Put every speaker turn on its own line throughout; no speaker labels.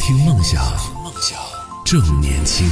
听梦想，梦想正年轻。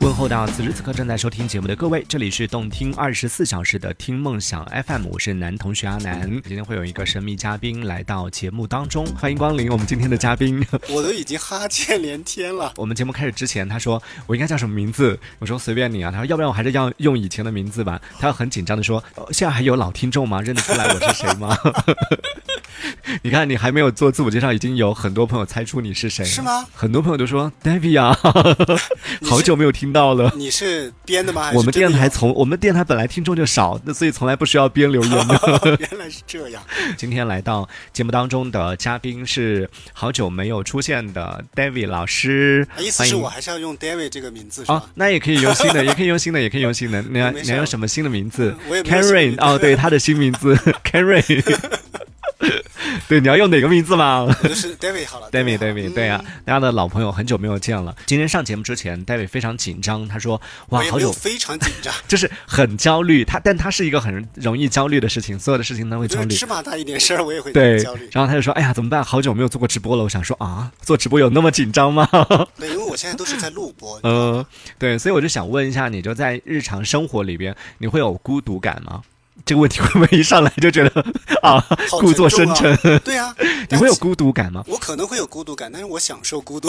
问候到此时此刻正在收听节目的各位，这里是动听二十四小时的听梦想 FM，我是男同学阿南。今天会有一个神秘嘉宾来到节目当中，欢迎光临我们今天的嘉宾。
我都已经哈欠连天了。
我们节目开始之前，他说我应该叫什么名字？我说随便你啊。他说要不然我还是要用以前的名字吧。他很紧张的说、 呃现在还有老听众吗？认得出来我是谁吗？ 你看你还没有做自我介绍，已经有很多朋友猜出你是谁了，
是吗
很多朋友都说 David 啊， 好久没有听到了。
你是编 的吗？哎还是
我们
真的
电台从我们电台本来听众就少，那所以从来不需要编留言 的。
有？ 原来是这样。
今天来到节目当中的嘉宾是好久没有出现的 David 老师
啊，意思
欢
是
迎
我还是要用 David 这个名字是
哦
吧，？
那也可以用 新的，也可以用新的，也可以用新的。你要
没
你
事啊
要用什么新的名字
我也没有新的名
？Karen
字
哦，对，他的新名 字 Karen。对，你要用哪个名字嘛？
我就是 David 好了。嗯
d a v i d
好
d a v i d 对啊，大家的老朋友很久没有见了。今天上节目之前 d a v i d 非常紧张，他说：“哇
我，也
好
没有
久
非常紧 张，
就是很焦虑。他”但他是一个很容易焦虑的事情，所有的事情他会
就
焦
是
虑。
芝麻大一点事儿我也会
对
焦虑，。
然后他就说：“哎呀，怎么办？好久没有做过直播了。”我想说啊，做直播有那么紧张吗？
对，因为我现在都是在录播。
嗯，对，所以我就想问一下，你就在日常生活里边，你会有孤独感吗？这个问题会不会一上来就觉得 啊，
好
故作深沉？
沉 重啊。对啊，
你会有孤独感吗？
我可能会有孤独感，但是我享受 孤独。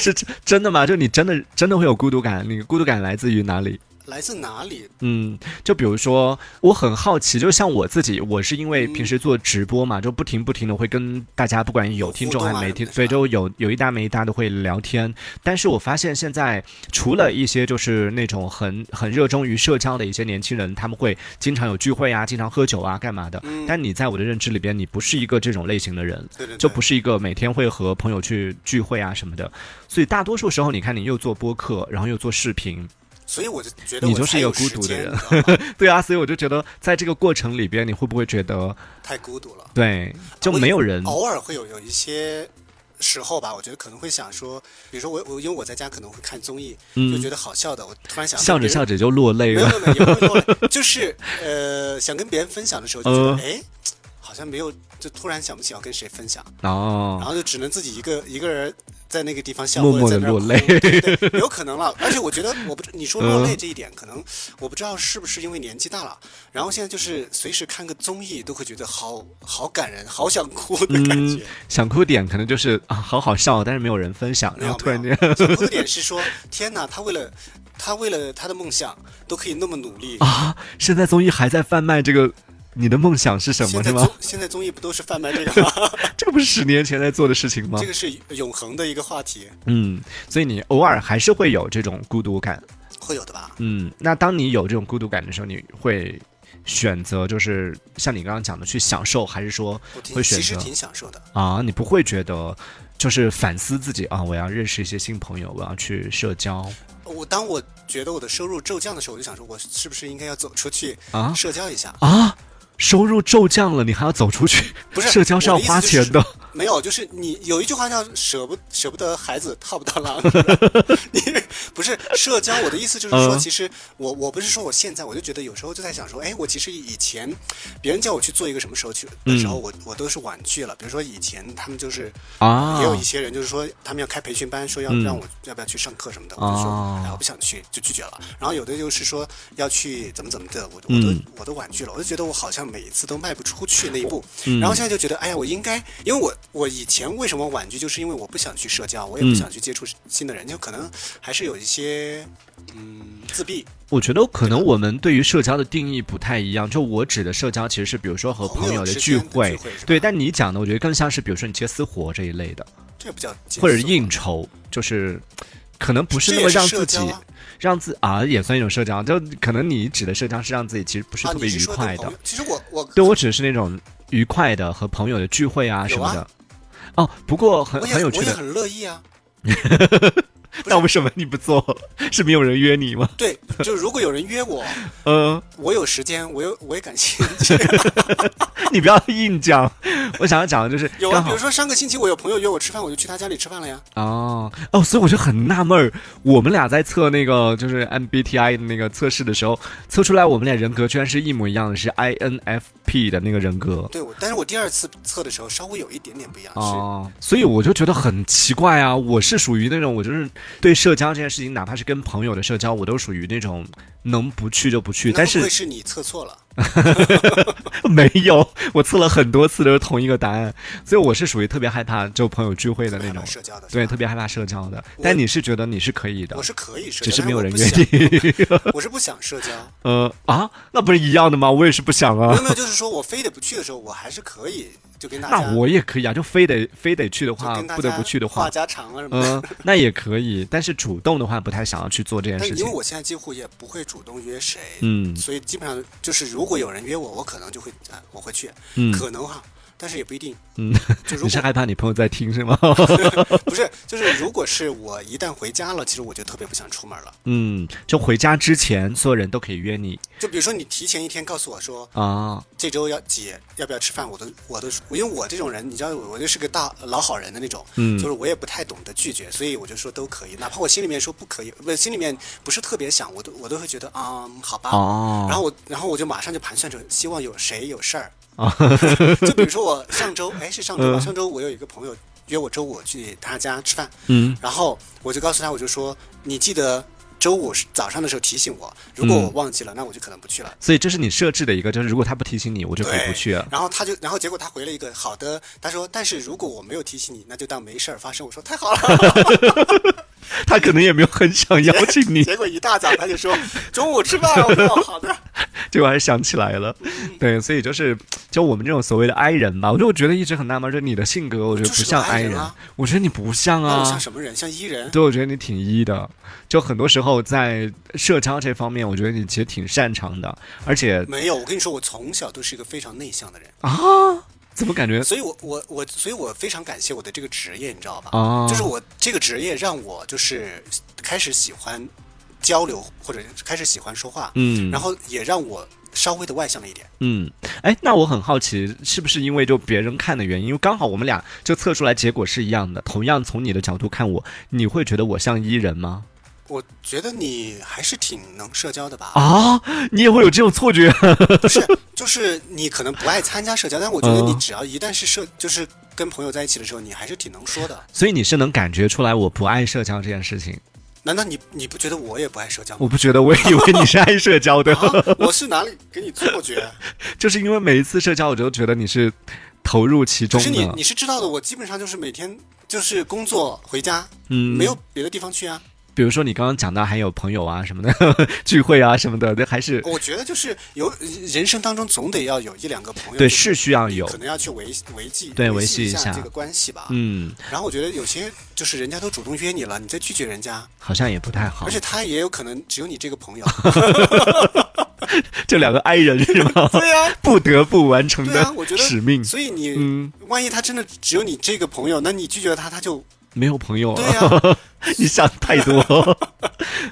是真真的吗？就你真的真的会有孤独感？你孤独感来自于哪里？
来自哪里？
嗯，就比如说，我很好奇，就像我自己，我是因为
嗯
平时做直播嘛，就不停不停的会跟大家，不管有听众还
互动啊
没
什么
听，
的
对，
是吧
就有有一搭没一搭的会聊天。但是我发现现在，除了一些就是那种很很热衷于社交的一些年轻人，他们会经常有聚会啊，经常喝酒啊，干嘛的。
嗯
但你在我的认知里边，你不是一个这种类型的人。
对对对，
就不是一个每天会和朋友去聚会啊什么的，所以大多数时候，你看你又做播客，然后又做视频，
所以我就觉得
你
我
就是
才
一个
有
孤
时
独的
间
人
你知道吗
对啊，所以我就觉得，在这个过程里边，你会不会觉得，
太孤独了。
对，就没有人，
偶尔会有有一些时候吧，我觉得可能会想说，比如说我我因为我在家可能会看综艺，
嗯
就觉得好笑的，我突然想
笑着笑
着。
着就落泪
没有
了
没。有没有也不会落 泪，就是呃，想跟别人分享的时候，就觉得
呃
哎、好像没有，就突然想不起要跟谁分享，然
哦，
后就只能自己一个一个人在那个地方笑，
默默地
或者在那儿
落
哭
泪
对 对有可能了。而且我觉得，我不知你说落
呃
泪这一点，可能我不知道是不是因为年纪大了，然后现在就是随时看个综艺都会觉得好好感人，好想哭的感觉。
嗯，想哭点可能就是啊，好好笑，但是没有人分享，
没
然
有
后突然
没
间
有，想哭的点是说，天哪，他为了他为了他的梦想都可以那么努力。
啊，现在综艺还在贩卖这个。你的梦想是什
现
么？
在
是吗
综？现在综艺不都是贩卖这个吗？
这个不是十年前在做的事情吗
这？个是永恒的一个话题，
嗯，所以你偶尔还是会有这种孤独感。
会有的吧？
嗯，那当你有这种孤独感的时候，你会选择就是像你刚刚讲的去享受，还是说
我挺
会选
其实
择？
挺享受的。
啊，你不会觉得就是反思自己啊，我要认识一些新朋友，我要去社交
我当我觉得我的收入骤降的时候，我就想说，我是不是应该要走出去
啊
社交一下？
啊，收入骤降了，你还要走出去，
不是
社交是要花钱的，
没有，就是你有一句话叫“舍不舍不得孩子，套不到狼”。 你不是社交，我的意思就是说，
嗯
其实我我不是说我现在，我就觉得有时候就在想说，哎，我其实以前别人叫我去做一个什么时候去的时
嗯
候，我我都是婉拒了。比如说以前他们就是
啊
也有一些人就是说他们要开培训班，说要
嗯
让我要不要去上课什么的，我就
哦
说哎我不想去，就拒绝了。然后有的就是说要去怎么怎么的，我我都
嗯
我都婉拒了，我就觉得我好像每一次都迈不出去那一步
嗯。
然后现在就觉得哎呀，我应该，因为我我以前为什么婉拒，就是因为我不想去社交，我也
嗯
不想去接触新的人，就可能还是有一些嗯自闭。
我觉得可能我们对于社交的定义不太一样，就我指的社交其实是比如说和
朋
朋友
友
的
之
聚
间的
会
聚会是，吧
对，但你讲的我觉得更像是比如说你接私活这一类的，
这不叫接
或者是
受
应酬，就是可能不是
这
那
也
么
是
让
社
自己
交啊
让自啊也算一种社交，就可能你指的社交是让自己其实不是
啊，
特别
你是
愉
说对
快
朋
的
友。。其实我我
对我指的是那种愉快的和朋友的聚会啊什么的。哦，不过很
啊我也
很有
我
趣
也
的，
很乐意啊。
那为什么你不做？是没有人约你吗？
对，就是如果有人约 我，
呃，
我有时间，我有我也感兴 趣。
你不要硬讲。我想要讲的就是
有啊，
刚
比
好
如说上个星期我有朋友约我吃饭，我就去他家里吃饭了呀。
哦哦，所以我就很纳闷儿，我们俩在测那个就是 MBTI 的那个测试的时候，测出来我们俩人格居然是一模一样的，是 INFP 的那个人格。
对，我但是我第二次测的时候稍微有一点点不一样，是
哦，所以我就觉得很奇怪啊！我是属于那种，我就是对社交这件事情，哪怕是跟朋友的社交，我都属于那种能不去就不去。
那
但
会不
是
会是你测错了？
没有，我测了很多次都是同一个答案，所以我是属于特别害怕就朋友聚会的那
害
种
怕，社交的，
对，
是吧
特别害怕社交的。
我
但你是觉得你是可以的
我，是可以社交，
只是没有人约
但是我不
你。
想， 我是不想社交。
呃啊，那不是一样的吗？我也是不想
没
啊
有。没有，就是说我非得不去的时候，我还是可以就跟大家，
那我也可以啊，就非得非得去的
就
话
跟，大家
不得不去的
话
话，
家常啊什么的。
嗯、那也可以。但是主动的话，不太想要去做这件
但
事
因
情
为。我现在几乎也不会主动约谁，
嗯
所以基本上就是如果有人约我，我可能就会啊我会去，
嗯
可能哈，但是也不一定。
嗯，
就 如
你是
果
害怕你朋友在听是吗？
不是，就是如果是我一旦回家了，其实我就特别不想出门了。
嗯，就回家之前，所有人都可以约你
就比如说你提前一天告诉我说
啊。
这周要姐要不要吃饭，我都我都因为我这种人，你知道我就是个大老好人的那种，
嗯
就是我也不太懂得拒绝，所以我就说都可以，哪怕我心里面说不可以，不心里面不是特别想，我都我都会觉得啊、嗯好吧，
哦
然后我然后我就马上就盘算着，希望有谁有事儿，
哦
就比如说我上周哎是上周
嗯
吧，上周我有一个朋友约我周五去他家吃饭，
嗯
然后我就告诉他，我就说你记得周五早上的时候提醒我，如
嗯
果我忘记了，那我就可能不去了。
所以这是你设置的一个，就是如果他不提醒你，我就可以
对，
不去啊了。
然后他就，然后结果他回了一个好的，他说：“但是如果我没有提醒你，那就当没事儿发生。”我说：“太好了。
他可能也没有很想邀请”你，
结果一大早他就说：“中午吃饭。”我说：“哦好的。
结果还是想起来了。对，所以就是就我们这种所谓的 I 人吧，我就觉得一直很纳闷，就你的性格，我觉得
就
不
是个
像
I 人
人
啊，
我觉得你不像”
那
啊
我。像什么人？像伊人？
对，我觉得你挺一的，就很多时候在社交这方面，我觉得你其实挺擅长的，而且
没有，我跟你说，我从小都是一个非常内向的人，
怎么感觉
所以我我我，所以我非常感谢我的这个职业，你知道吧？
哦
就是我这个职业让我就是开始喜欢交流，或者开始喜欢说话，
嗯
然后也让我稍微的外向了一点。
嗯，哎，那我很好奇，是不是因为就别人看的原因？因为刚好我们俩就测出来结果是一样的，同样从你的角度看我，你会觉得我像伊人吗？
我觉得你还是挺能社交的吧？
啊，你也会有这种错觉？
不是， 就是你可能不爱参加社交，但我觉得
嗯
你只要一旦是社，就是跟朋友在一起的时候，你还是挺能说的。
所以你是能感觉出来我不爱社交这件事情？
难道你你不觉得我也不爱社交
我
吗？
不觉得，我以为你是爱社交 的，
啊， 我是哪里给你 错觉？
就是因为每一次社交，我就觉得你是投入其
可
中
是你
的
你。是知道的，我基本上就是每天就是工作回家，
嗯
没有别的地方去啊。
比如说你刚刚讲到还有朋友啊什么的 聚会啊什么的，那还是
我觉得就是有人生当中总得要有一两个朋友，
对是需要有
可。能要去维维系
对
维
维系
一
一下
这个关系吧。
嗯，
然后我觉得有些就是人家都主动约你了，你再拒绝人家，
好像也不太好
而。且他也有可能只有你这个 朋友。
这两个 I 人是吗？
对啊呀、
不得不完成
对
的
啊，我觉得
使命，
所以你，
嗯
万一他真的只有你这个朋友，那你拒绝了他，他就
没有朋友
对
啊，
呀、
你想太多。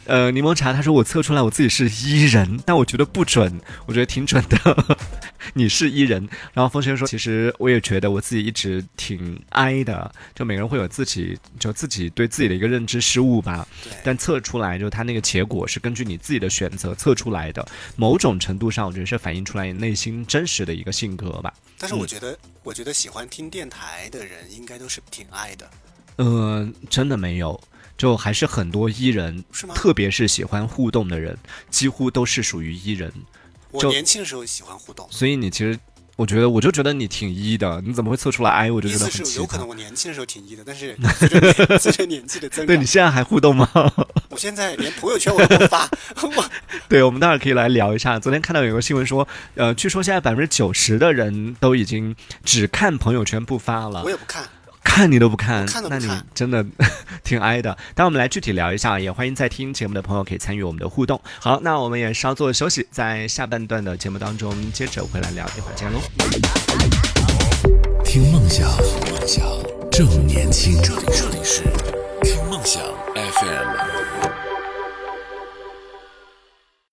呃，柠檬茶他说我测出来我自己是伊人，但我觉得不准，我觉得挺准的。 你是伊人，然后风神说，其实我也觉得我自己一直挺 I 的，就每个人会有自己就自己对自己的一个认知失误吧。
对
但测出来就它那个结果是根据你自己的选择测出来的，某种程度上我觉得是反映出来你内心真实的一个性格吧。
但是我觉得，我觉得喜欢听电台的人应该都是挺爱的，
嗯，真的没有，就还是很多伊人
是吗，
特别是喜欢互动的人，几乎都是属于伊人。
我
就
年轻的时候喜欢互动，
所以你其实，我觉得，我就觉得你挺伊的，你怎么会测出来 I？我就
意
觉得
思
很
是
奇
有
怪
可能。我年轻的时候挺一的，但是随着年随着年纪的增
对你
长，
现在还互动吗？
我现在连朋友圈我都不发，我
对，我们待会儿可以来聊一下。昨天看到有个新闻说，呃，据说现在百分之九十的人都已经只看朋友圈不发了
我。也不看。
看你都不看，
我看都不
那你
看
真的 挺哀的。但我们来具体聊一下，也欢迎在听节目的朋友可以参与我们的互动。好，那我们也稍作休息，在下半段的节目当中接着回来聊，一会儿见喽。
听梦想，梦想正年轻。这里这里是听梦想 FM。